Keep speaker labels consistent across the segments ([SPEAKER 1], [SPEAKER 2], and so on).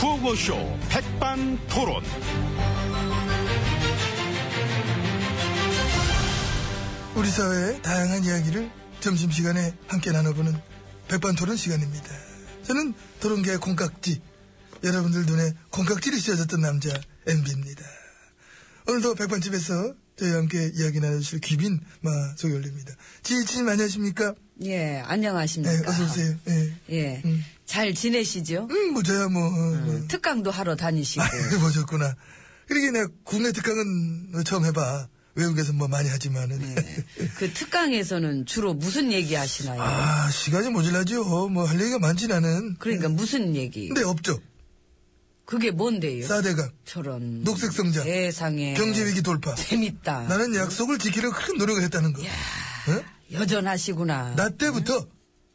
[SPEAKER 1] 라디오쇼 백반토론.
[SPEAKER 2] 우리 사회의 다양한 이야기를 점심시간에 함께 나눠보는 백반토론 시간입니다. 저는 토론계의 콩깍지, 여러분들 눈에 콩깍지를 씌워줬던 남자 MB입니다. 오늘도 백반집에서 저희와 함께 이야기 나눠주실 귀빈 마 소개 올립니다. 지혜진님 안녕하십니까?
[SPEAKER 3] 예,
[SPEAKER 2] 네,
[SPEAKER 3] 안녕하십니까.
[SPEAKER 2] 어서오세요. 예.
[SPEAKER 3] 예. 잘 지내시죠?
[SPEAKER 2] 음, 뭐, 저야 뭐, 어, 뭐.
[SPEAKER 3] 특강도 하러 다니시고.
[SPEAKER 2] 아, 보셨구나. 그러게 내가 국내 특강은 뭐 처음 해봐. 외국에서 뭐 많이 하지만은.
[SPEAKER 3] 그 특강에서는 주로 무슨 얘기 하시나요?
[SPEAKER 2] 아, 시간이 모질라지요. 뭐, 할 얘기가 많진 않은.
[SPEAKER 3] 그러니까 무슨 얘기?
[SPEAKER 2] 근데 네, 없죠.
[SPEAKER 3] 그게 뭔데요?
[SPEAKER 2] 사대강,
[SPEAKER 3] 저런.
[SPEAKER 2] 녹색 성장,
[SPEAKER 3] 세상에.
[SPEAKER 2] 경제위기 돌파.
[SPEAKER 3] 재밌다.
[SPEAKER 2] 나는 약속을 지키려 큰 노력을 했다는 거. 어?
[SPEAKER 3] 여전하시구나.
[SPEAKER 2] 나 때부터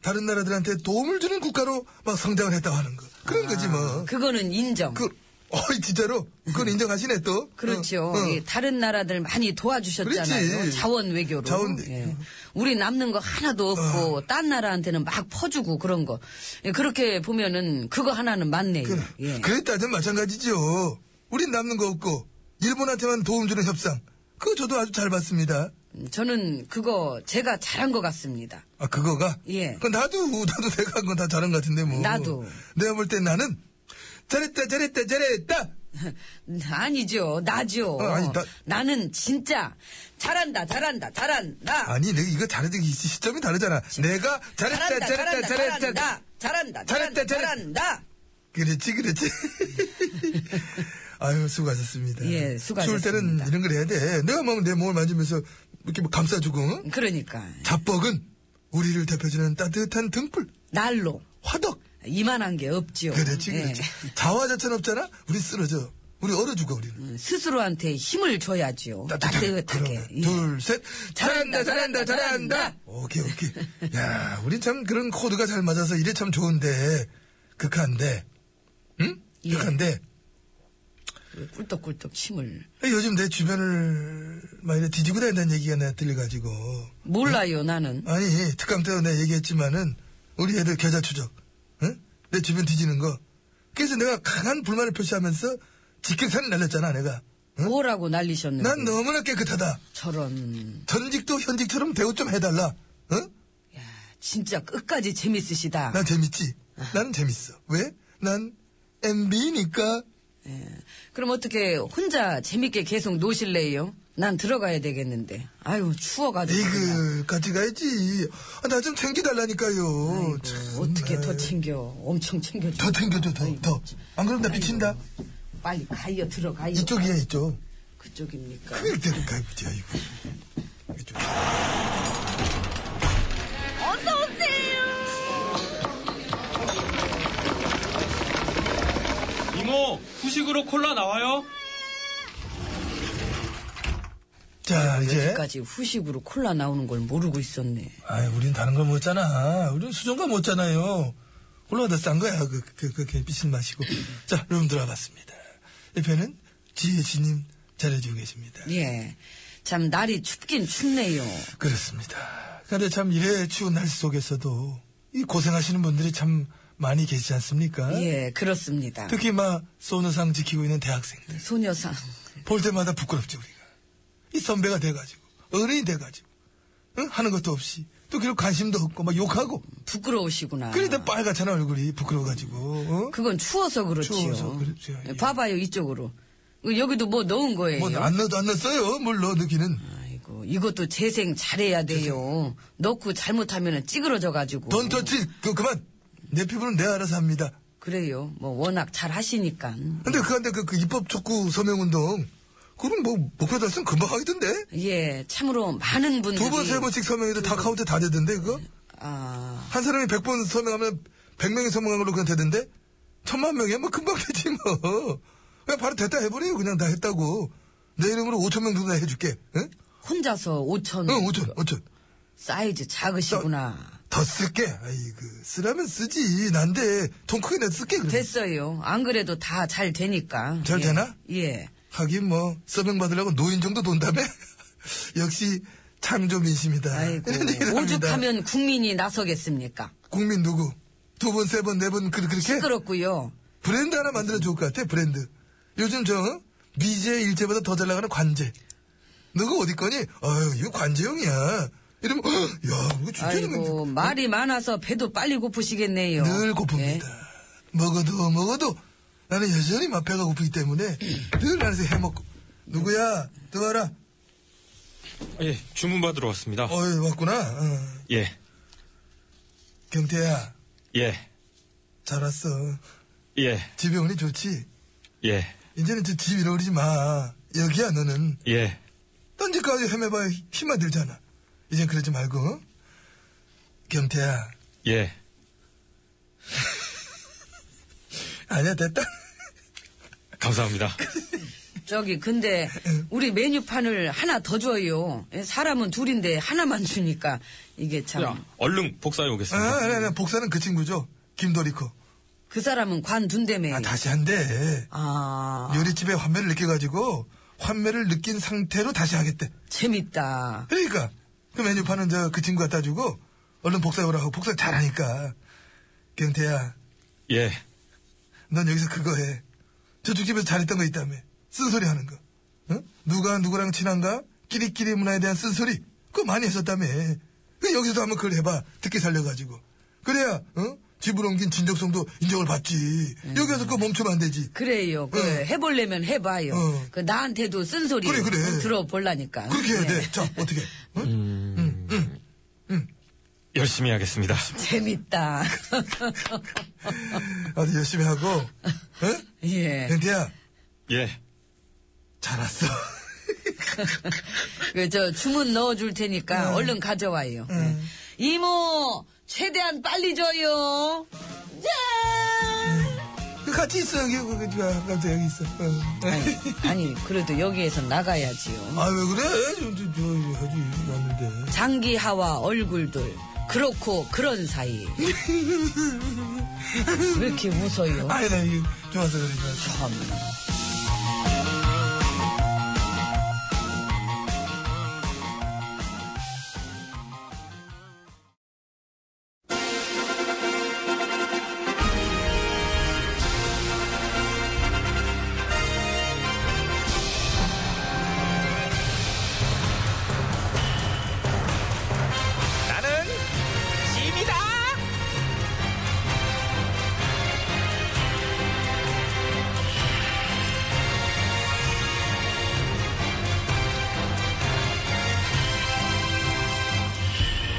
[SPEAKER 2] 다른 나라들한테 도움을 주는 국가로 막 성장을 했다고 하는 거. 그런 거지 뭐.
[SPEAKER 3] 그거는 인정.
[SPEAKER 2] 그, 어이, 진짜로? 그건 인정하시네 또.
[SPEAKER 3] 렇죠 예,
[SPEAKER 2] 어, 어.
[SPEAKER 3] 다른 나라들 많이 도와주셨잖아요.
[SPEAKER 2] 그렇지.
[SPEAKER 3] 자원 외교로.
[SPEAKER 2] 자원 외교.
[SPEAKER 3] 예. 우리 남는 거 하나도 없고
[SPEAKER 2] 어.
[SPEAKER 3] 딴 나라한테는 막 퍼주고 그런 거. 예, 그렇게 보면은 그거 하나는 맞네요.
[SPEAKER 2] 그,
[SPEAKER 3] 예.
[SPEAKER 2] 그랬다면 마찬가지죠. 우린 남는 거 없고, 일본한테만 도움 주는 협상. 그거 저도 아주 잘 봤습니다.
[SPEAKER 3] 음, 저는 그거 제가 잘한 것 같습니다.
[SPEAKER 2] 아, 그거가?
[SPEAKER 3] 예.
[SPEAKER 2] 그 나도, 나도 내가 한 건 다 잘한 것 같은데, 뭐.
[SPEAKER 3] 나도.
[SPEAKER 2] 내가 볼 땐 나는, 잘했다, 잘했다, 잘했다!
[SPEAKER 3] 아니죠, 나죠.
[SPEAKER 2] 어, 아니,
[SPEAKER 3] 나... 는 진짜 잘한다, 잘한다, 잘한다.
[SPEAKER 2] 아니, 내가 이거 잘해도 이 시점이 다르잖아. 내가 잘했다,
[SPEAKER 3] 잘한다,
[SPEAKER 2] 잘했다,
[SPEAKER 3] 잘한다,
[SPEAKER 2] 잘했다,
[SPEAKER 3] 잘한다, 잘한다, 잘한다,
[SPEAKER 2] 잘했다, 잘했다.
[SPEAKER 3] 잘한다.
[SPEAKER 2] 그렇지, 그렇지. 아유, 수고하셨습니다.
[SPEAKER 3] 예,
[SPEAKER 2] 추울
[SPEAKER 3] 수고하셨습니다.
[SPEAKER 2] 때는 이런 걸 해야 돼. 내가 막 내 몸을 만지면서 이렇게 뭐 감싸주고, 응?
[SPEAKER 3] 그러니까
[SPEAKER 2] 자뻑은 우리를 대표주는 따뜻한 등불,
[SPEAKER 3] 날로
[SPEAKER 2] 화덕.
[SPEAKER 3] 이만한 게 없지요.
[SPEAKER 2] 그렇지,
[SPEAKER 3] 예.
[SPEAKER 2] 그렇지. 자화자찬 없잖아? 우리 쓰러져. 우리 얼어죽어, 우리는.
[SPEAKER 3] 스스로한테 힘을 줘야지요. 따뜻하게.
[SPEAKER 2] 어, 그러면
[SPEAKER 3] 예.
[SPEAKER 2] 둘, 셋.
[SPEAKER 3] 잘한다, 잘한다, 잘한다.
[SPEAKER 2] 오케이, 오케이. 야, 우리 참 그런 코드가 잘 맞아서 이래 참 좋은데. 극한데. 응?
[SPEAKER 3] 예.
[SPEAKER 2] 극한데.
[SPEAKER 3] 꿀떡꿀떡 힘을.
[SPEAKER 2] 요즘 내 주변을 막 이래 뒤지고 다닌다는 얘기가 내가 들려가지고.
[SPEAKER 3] 몰라요, 나는.
[SPEAKER 2] 아니, 특강 때도 내가 얘기했지만은, 우리 애들 계좌 추적. 응? 내 주변 뒤지는 거. 그래서 내가 강한 불만을 표시하면서 직격탄을 날렸잖아, 내가. 응?
[SPEAKER 3] 뭐라고 날리셨는데.
[SPEAKER 2] 난 너무나 깨끗하다.
[SPEAKER 3] 저런.
[SPEAKER 2] 전직도 현직처럼 대우 좀 해달라. 응?
[SPEAKER 3] 야, 진짜 끝까지 재밌으시다.
[SPEAKER 2] 난 재밌지. 나는 재밌어. 왜? 난 MB니까.
[SPEAKER 3] 그럼 어떻게 혼자 재밌게 계속 노실래요? 난 들어가야 되겠는데. 아유, 추워가지고. 그냥.
[SPEAKER 2] 이그 같이 가야지. 아, 나 좀 챙겨달라니까요.
[SPEAKER 3] 아이고,
[SPEAKER 2] 참,
[SPEAKER 3] 어떻게 더
[SPEAKER 2] 아유.
[SPEAKER 3] 챙겨. 엄청 챙겨줘.
[SPEAKER 2] 더 챙겨줘, 더,
[SPEAKER 3] 아이고,
[SPEAKER 2] 더. 안 그럼 나 미친다.
[SPEAKER 3] 빨리 가요, 들어가요.
[SPEAKER 2] 이쪽이야, 이쪽.
[SPEAKER 3] 그쪽입니까?
[SPEAKER 2] 그럴 때는 가야지, 아이고. 이쪽.
[SPEAKER 4] 이모, 후식으로 콜라 나와요?
[SPEAKER 2] 자, 이제.
[SPEAKER 3] 여기까지 후식으로 콜라 나오는 걸 모르고 있었네.
[SPEAKER 2] 아이, 우린 다른 걸 먹잖아. 우린 수정과 먹잖아요. 올라가다 싼 거야. 그, 그, 그, 그, 빛은 마시고. 자, 룸 들어와 봤습니다. 옆에는 지혜진님 잘해주고 계십니다.
[SPEAKER 3] 예. 참, 날이 춥긴 춥네요.
[SPEAKER 2] 그렇습니다. 근데 참 이래 추운 날 속에서도 이 고생하시는 분들이 참 많이 계시지 않습니까?
[SPEAKER 3] 예, 그렇습니다.
[SPEAKER 2] 네? 특히 막 소녀상 지키고 있는 대학생들.
[SPEAKER 3] 소녀상.
[SPEAKER 2] 볼 때마다 부끄럽죠, 우리가. 이 선배가 돼가지고, 어른이 돼가지고, 응? 하는 것도 없이, 또 그리고 관심도 없고, 막 욕하고.
[SPEAKER 3] 부끄러우시구나.
[SPEAKER 2] 그러니까 빨갛잖아, 얼굴이. 부끄러워가지고. 어?
[SPEAKER 3] 그건 추워서 그렇지요.
[SPEAKER 2] 추워서 그렇지요. 예.
[SPEAKER 3] 봐봐요, 이쪽으로. 여기도 뭐 넣은 거예요.
[SPEAKER 2] 뭐, 안 넣어도 안 넣었어요. 뭘 넣어, 넣기는.
[SPEAKER 3] 아이고, 이것도 재생 잘해야 돼요. 넣고 잘못하면 찌그러져가지고.
[SPEAKER 2] 돈 터치, 그, 그만. 내 피부는 내가 알아서 합니다.
[SPEAKER 3] 그래요. 뭐, 워낙 잘 하시니까.
[SPEAKER 2] 근데 그, 근데 그, 그 입법 촉구 서명운동. 그건 뭐, 목표 달성 금방 하겠던데?
[SPEAKER 3] 예, 참으로 많은 분들이.
[SPEAKER 2] 두 번, 세 번씩 서명해도 다 카운트 다 되던데, 그거?
[SPEAKER 3] 아,
[SPEAKER 2] 한 사람이 백 번 서명하면 백 명이 서명한 걸로 그냥 되던데? 천만 명이야? 뭐 금방 되지, 뭐. 그냥 바로 됐다 해버려요. 그냥 다 했다고. 내 이름으로 오천 명 정도 해줄게. 응?
[SPEAKER 3] 혼자서 5천.
[SPEAKER 2] 응, 오천, 오천.
[SPEAKER 3] 사이즈 작으시구나.
[SPEAKER 2] 더 쓸게. 아이고, 쓰라면 쓰지. 난데, 돈 크게 내 쓸게. 그래.
[SPEAKER 3] 됐어요. 안 그래도 다 잘 되니까.
[SPEAKER 2] 잘
[SPEAKER 3] 예.
[SPEAKER 2] 되나?
[SPEAKER 3] 예.
[SPEAKER 2] 하긴 뭐, 서명 받으려고 노인 정도 돈다며? 역시, 창조 민심이다.
[SPEAKER 3] 아이고.
[SPEAKER 2] 이런 얘기를 합니다.
[SPEAKER 3] 오죽하면 국민이 나서겠습니까?
[SPEAKER 2] 국민 누구? 두 번, 세 번, 네 번, 그, 그렇게?
[SPEAKER 3] 시끄럽고요.
[SPEAKER 2] 브랜드 하나 만들어 좋을 것 같아, 브랜드. 요즘 저, 어? 미제 일제보다 더 잘 나가는 관제. 너가 어디 거니? 아유, 이거 관제형이야. 이러면, 헉, 야, 이거 진짜
[SPEAKER 3] 아이고,
[SPEAKER 2] 이거
[SPEAKER 3] 말이 많아서 배도 빨리 고프시겠네요.
[SPEAKER 2] 늘 고픕니다.
[SPEAKER 3] 예.
[SPEAKER 2] 먹어도 먹어도 나는 여전히 맛 배가 고프기 때문에 늘 안에서 해먹고. 누구야? 들어와라.
[SPEAKER 4] 예, 주문 받으러 왔습니다.
[SPEAKER 2] 어이, 왔구나. 어.
[SPEAKER 4] 예,
[SPEAKER 2] 경태야,
[SPEAKER 4] 예,
[SPEAKER 2] 잘 왔어.
[SPEAKER 4] 예,
[SPEAKER 2] 집에 오니 좋지?
[SPEAKER 4] 예,
[SPEAKER 2] 이제는 저 집 잃어버리지 마. 여기야, 너는.
[SPEAKER 4] 예.
[SPEAKER 2] 딴짓까지 헤매봐야 힘만 들잖아. 이젠 그러지 말고. 경태야.
[SPEAKER 4] 예.
[SPEAKER 2] 아니야, 됐다.
[SPEAKER 4] 감사합니다.
[SPEAKER 3] 저기, 근데, 우리 메뉴판을 하나 더 줘요. 예, 사람은 둘인데 하나만 주니까, 이게 참.
[SPEAKER 4] 자, 어? 얼른 복사해
[SPEAKER 2] 아,
[SPEAKER 4] 오겠습니다.
[SPEAKER 2] 아니, 아니, 복사는 그 친구죠. 김도리코.
[SPEAKER 3] 그 사람은 관둔대매.
[SPEAKER 2] 아, 다시 한대.
[SPEAKER 3] 아,
[SPEAKER 2] 요리집에 환매를 느껴가지고, 환매를 느낀 상태로 다시 하겠대.
[SPEAKER 3] 재밌다.
[SPEAKER 2] 그러니까. 그 메뉴판은 저 그 친구가 따주고, 얼른 복사해오라고. 복사 잘하니까. 경태야.
[SPEAKER 4] 예,
[SPEAKER 2] 넌 여기서 그거 해. 저쪽 집에서 잘했던 거 있다며. 쓴소리 하는 거. 응? 누가 누구랑 친한가? 끼리끼리 문화에 대한 쓴소리. 그거 많이 했었다며. 그 여기서도 한번 그걸 해봐. 듣기 살려가지고. 그래야, 응? 집으로 옮긴 진정성도 인정을 받지. 여기 와서 그거 멈추면 안 되지.
[SPEAKER 3] 그래요. 그,
[SPEAKER 2] 응.
[SPEAKER 3] 해보려면 해봐요.
[SPEAKER 2] 응.
[SPEAKER 3] 그, 나한테도 쓴소리
[SPEAKER 2] 그래, 그래.
[SPEAKER 3] 좀 들어볼라니까.
[SPEAKER 2] 그렇게 해야
[SPEAKER 3] 예.
[SPEAKER 2] 돼. 자, 어떻게. 응?
[SPEAKER 4] 열심히 하겠습니다.
[SPEAKER 3] 재밌다.
[SPEAKER 2] 아주 열심히 하고. 응?
[SPEAKER 3] 예.
[SPEAKER 2] 벤티야,
[SPEAKER 4] 예,
[SPEAKER 2] 잘 왔어.
[SPEAKER 3] 그, 저, 주문 넣어줄 테니까 얼른 가져와요. 예. 이모, 최대한 빨리 줘요. 짠!
[SPEAKER 2] 같이 있어, 여기. 그, 그, 아까부터 여기 있어. 응.
[SPEAKER 3] 아니, 아니, 그래도 여기에서 나가야지요.
[SPEAKER 2] 아, 왜 그래? 저, 저, 저, 아주 왔는데.
[SPEAKER 3] 장기하와 얼굴들. 그렇고, 그런 사이. 왜 이렇게 웃어요?
[SPEAKER 2] 아니,
[SPEAKER 5] 네,
[SPEAKER 2] 나 이거 좋아서 그래, 좋아서.
[SPEAKER 3] 참.
[SPEAKER 1] 나는 짐이다.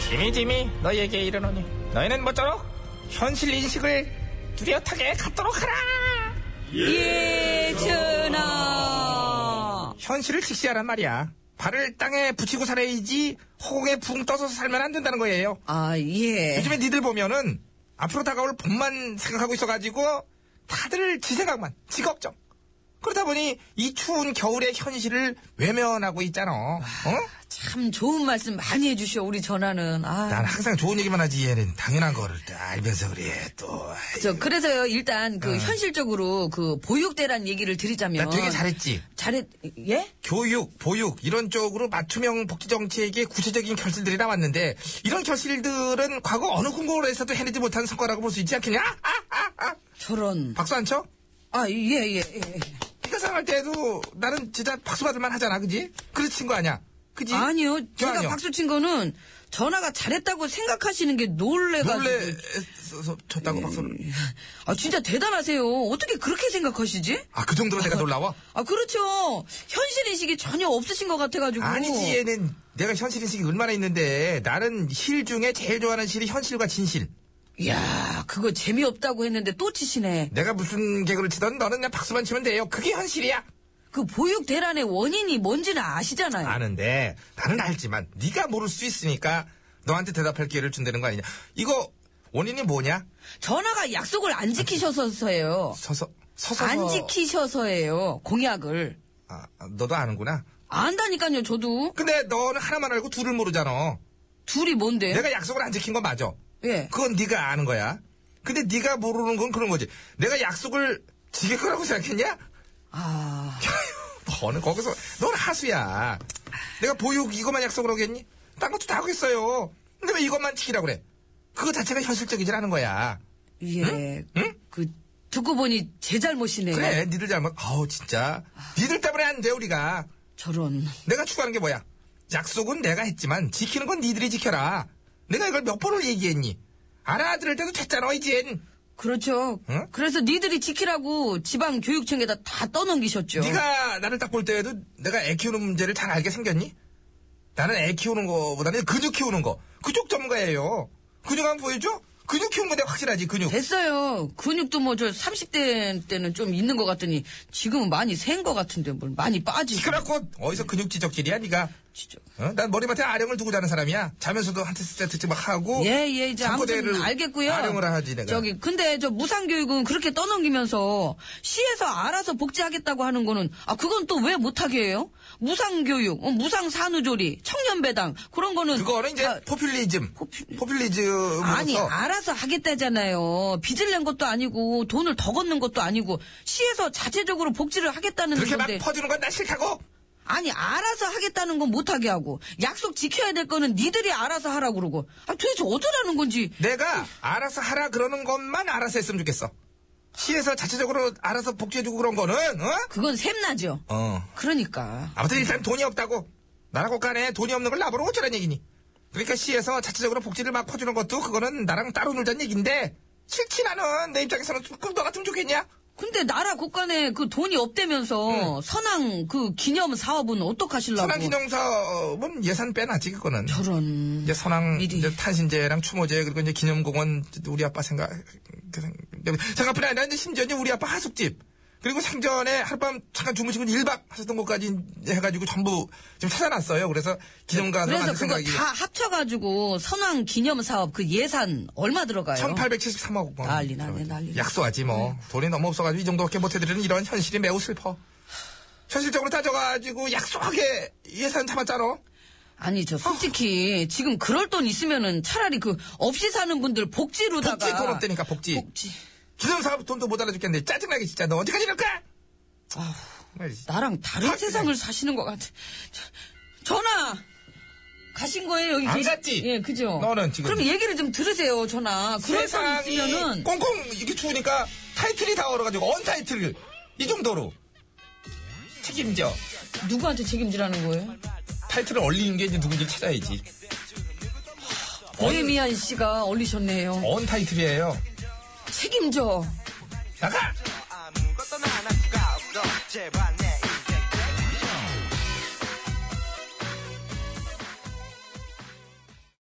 [SPEAKER 5] 지미 지미 너희에게 이르노니 너희는 모쪼록 현실 인식을 뚜렷하게 갖도록 하라
[SPEAKER 3] 예, 전하.
[SPEAKER 5] 현실을 직시하란 말이야 발을 땅에 붙이고 살아야지 허공에 붕 떠서 살면 안 된다는 거예요
[SPEAKER 3] 아, 예.
[SPEAKER 5] 요즘에 니들 보면은 앞으로 다가올 봄만 생각하고 있어가지고 다들 지 생각만 직업정 그러다 보니 이 추운 겨울의 현실을 외면하고 있잖아 어?
[SPEAKER 3] 참 좋은 말씀 많이 해주셔, 우리 전하는. 아.
[SPEAKER 5] 난 항상 좋은 얘기만 하지 얘는 당연한 거를 다 알면서 그래 또
[SPEAKER 3] 저 그래서요 일단 그 현실적으로 그 보육대란 얘기를 드리자면
[SPEAKER 5] 아. 나 되게 잘했지
[SPEAKER 3] 잘했 예?
[SPEAKER 5] 교육, 보육 이런 쪽으로 맞춤형 복지 정책의 구체적인 결실들이 나왔는데 이런 결실들은 과거 어느 공고에서도 해내지 못한 성과라고 볼 수 있지 않겠냐? 아, 아, 아.
[SPEAKER 3] 저런
[SPEAKER 5] 박수 안 쳐?
[SPEAKER 3] 아예예 예,
[SPEAKER 5] 네가 생각할 때도 나는 진짜 박수 받을 만 하잖아, 그지? 그렇게 친거 아니야, 그지?
[SPEAKER 3] 아니요
[SPEAKER 5] 저
[SPEAKER 3] 제가
[SPEAKER 5] 예? 아니요.
[SPEAKER 3] 박수 친 거는 전화가 잘했다고 생각하시는 게 놀래가지고
[SPEAKER 5] 놀래서 쳤다고 박수를.
[SPEAKER 3] 아 진짜 대단하세요 어떻게 그렇게 생각하시지?
[SPEAKER 5] 아, 그 정도로 내가 놀라워?
[SPEAKER 3] 아 그렇죠 현실 인식이 전혀 없으신 것 같아가지고
[SPEAKER 5] 아니지, 얘는 내가 현실 인식이 얼마나 있는데 나는 실 중에 제일 좋아하는 실이 현실과 진실.
[SPEAKER 3] 이야 그거 재미없다고 했는데 또 치시네
[SPEAKER 5] 내가 무슨 개그를 치던 너는 그냥 박수만 치면 돼요. 그게 현실이야.
[SPEAKER 3] 그 보육대란의 원인이 뭔지는 아시잖아요
[SPEAKER 5] 아는데 나는 알지만 네가 모를 수 있으니까 너한테 대답할 기회를 준다는 거 아니냐 이거 원인이 뭐냐
[SPEAKER 3] 전화가 약속을 안 지키셔서예요
[SPEAKER 5] 서서 서서
[SPEAKER 3] 안 지키셔서예요 공약을
[SPEAKER 5] 아, 아, 너도 아는구나
[SPEAKER 3] 안다니까요 저도
[SPEAKER 5] 근데 너는 하나만 알고 둘을 모르잖아
[SPEAKER 3] 둘이 뭔데요
[SPEAKER 5] 내가 약속을 안 지킨 건 맞아
[SPEAKER 3] 예
[SPEAKER 5] 그건 네가 아는 거야 근데 네가 모르는 건 그런 거지 내가 약속을 지킬 거라고 생각했냐
[SPEAKER 3] 아,
[SPEAKER 5] 너는 거기서 넌 하수야 내가 보육 이것만 약속을 하겠니 딴 것도 다 하겠어요 근데 왜 이것만 지키라고 그래 그거 자체가 현실적이지 않은 거야
[SPEAKER 3] 예. 그, 듣고 보니 제 잘못이네요.
[SPEAKER 2] 그래, 니들 잘못. 아우, 진짜. 니들 때문에 안 돼, 우리가.
[SPEAKER 3] 저런.
[SPEAKER 2] 내가 추구하는 게 뭐야? 약속은 내가 했지만 지키는 건 니들이 지켜라. 내가 이걸 몇 번을 얘기했니? 알아들을 때도 됐잖아, 이젠.
[SPEAKER 3] 그렇죠.
[SPEAKER 2] 응?
[SPEAKER 3] 그래서 니들이 지키라고 지방 교육청에다 다 떠넘기셨죠.
[SPEAKER 2] 네가 나를 딱 볼 때에도 내가 애 키우는 문제를 잘 알게 생겼니? 나는 애 키우는 거보다는 근육 키우는 거 그쪽 전문가예요. 근육 한번 보여줘? 근육 키운 건데 확실하지 근육.
[SPEAKER 3] 됐어요. 근육도 뭐 저 30대 때는 좀 있는 것 같더니 지금은 많이 센 것 같은데 뭘 많이 빠지고.
[SPEAKER 2] 시끄럽고 어디서 근육 지적질이야 네가?
[SPEAKER 3] 진짜.
[SPEAKER 2] 어? 난 머리맡에 아령을 두고 자는 사람이야. 자면서도 한테 세트 막 하고.
[SPEAKER 3] 예, 예, 이제 아무튼
[SPEAKER 2] 잠꼬대를
[SPEAKER 3] 알겠고요.
[SPEAKER 2] 아령을 하지 내가.
[SPEAKER 3] 저기, 근데 저 무상교육은 그렇게 떠넘기면서 시에서 알아서 복지하겠다고 하는 거는, 아, 그건 또 왜 못하게 해요? 무상교육, 어, 무상산후조리, 청년배당, 그런 거는.
[SPEAKER 2] 그거는 이제
[SPEAKER 3] 다-
[SPEAKER 2] 포퓰리즘.
[SPEAKER 3] 아, 포퓰-
[SPEAKER 2] 포퓰리즘.
[SPEAKER 3] 아니, 알아서 하겠다잖아요. 빚을 낸 것도 아니고, 돈을 더 걷는 것도 아니고, 시에서 자체적으로 복지를 하겠다는
[SPEAKER 2] 그렇게 막
[SPEAKER 3] 건데.
[SPEAKER 2] 퍼주는 건 나 싫다고.
[SPEAKER 3] 아니, 알아서 하겠다는 건 못하게 하고, 약속 지켜야 될 거는 니들이 알아서 하라고 그러고, 아, 도대체 어쩌라는 건지.
[SPEAKER 2] 내가 알아서 하라 그러는 것만 알아서 했으면 좋겠어. 시에서 자체적으로 알아서 복지해주고 그런 거는 어?
[SPEAKER 3] 그건 샘나죠.
[SPEAKER 2] 어.
[SPEAKER 3] 그러니까.
[SPEAKER 2] 아무튼 일단 돈이 없다고 나라 국간에 돈이 없는 걸 나보러 어쩌란 얘기니 그러니까 시에서 자체적으로 복지를 막 퍼주는 것도 그거는 나랑 따로 놀자는 얘기인데 싫지 나는 내 입장에서는 그럼 너 같으면 좋겠냐
[SPEAKER 3] 근데 나라 곳간에 그 돈이 없대면서 선앙 그 기념 사업은 어떡하실라고.
[SPEAKER 2] 선앙기념사업은 예산 빼놨지 그거는
[SPEAKER 3] 뭐. 저런.
[SPEAKER 2] 이제 선앙
[SPEAKER 3] 미리.
[SPEAKER 2] 이제 탄신제랑 추모제 그리고 이제 기념공원 우리 아빠 생각 그 생- 생각뿐 아니라 이제 심지어 이제 우리 아빠 하숙집 그리고 생전에 하룻밤 잠깐 주무시고 1박 하셨던 곳까지 이제 해가지고 전부 지금 찾아놨어요 그래서 기념관으로
[SPEAKER 3] 그래서
[SPEAKER 2] 만들
[SPEAKER 3] 그거
[SPEAKER 2] 생각이
[SPEAKER 3] 다 합쳐가지고 선왕 기념 사업 그 예산 얼마 들어가요?
[SPEAKER 2] 1873억 원.
[SPEAKER 3] 아, 난리 나네, 네. 난리 나.
[SPEAKER 2] 약소하지 뭐. 돈이 너무 없어가지고 이 정도밖에 못해드리는 이런 현실이 매우 슬퍼. 현실적으로 따져가지고 약소하게 예산 잡았잖아.
[SPEAKER 3] 아니 저 솔직히 지금 그럴 돈 있으면은 차라리 그 없이 사는 분들 복지로다가.
[SPEAKER 2] 복지 돈 없다니까, 복지.
[SPEAKER 3] 복지.
[SPEAKER 2] 기념사업 돈도 못 알아줬겠는데 짜증나게 진짜 너 언제까지 이럴까? 정말 진짜.
[SPEAKER 3] 나랑 다른
[SPEAKER 2] 아,
[SPEAKER 3] 세상을 사시는 것 같아. 저- 전화 가신 거예요 여기
[SPEAKER 2] 안
[SPEAKER 3] 계시-
[SPEAKER 2] 갔지?
[SPEAKER 3] 예, 그죠.
[SPEAKER 2] 너는 지금.
[SPEAKER 3] 그럼 얘기를 좀 들으세요, 전화. 그럴 돈
[SPEAKER 2] 세상이
[SPEAKER 3] 있으면은
[SPEAKER 2] 꽁꽁 이게 추우니까 타이틀이 다 얼어가지고 언타이틀 이 정도로 책임져.
[SPEAKER 3] 누구한테 책임지라는 거예요?
[SPEAKER 2] 타이틀을 얼리는 게 이제 누군지 찾아야지.
[SPEAKER 3] 보헤미안 씨가 얼리셨네요.
[SPEAKER 2] 언타이틀이에요.
[SPEAKER 3] 책임져.
[SPEAKER 2] 나가!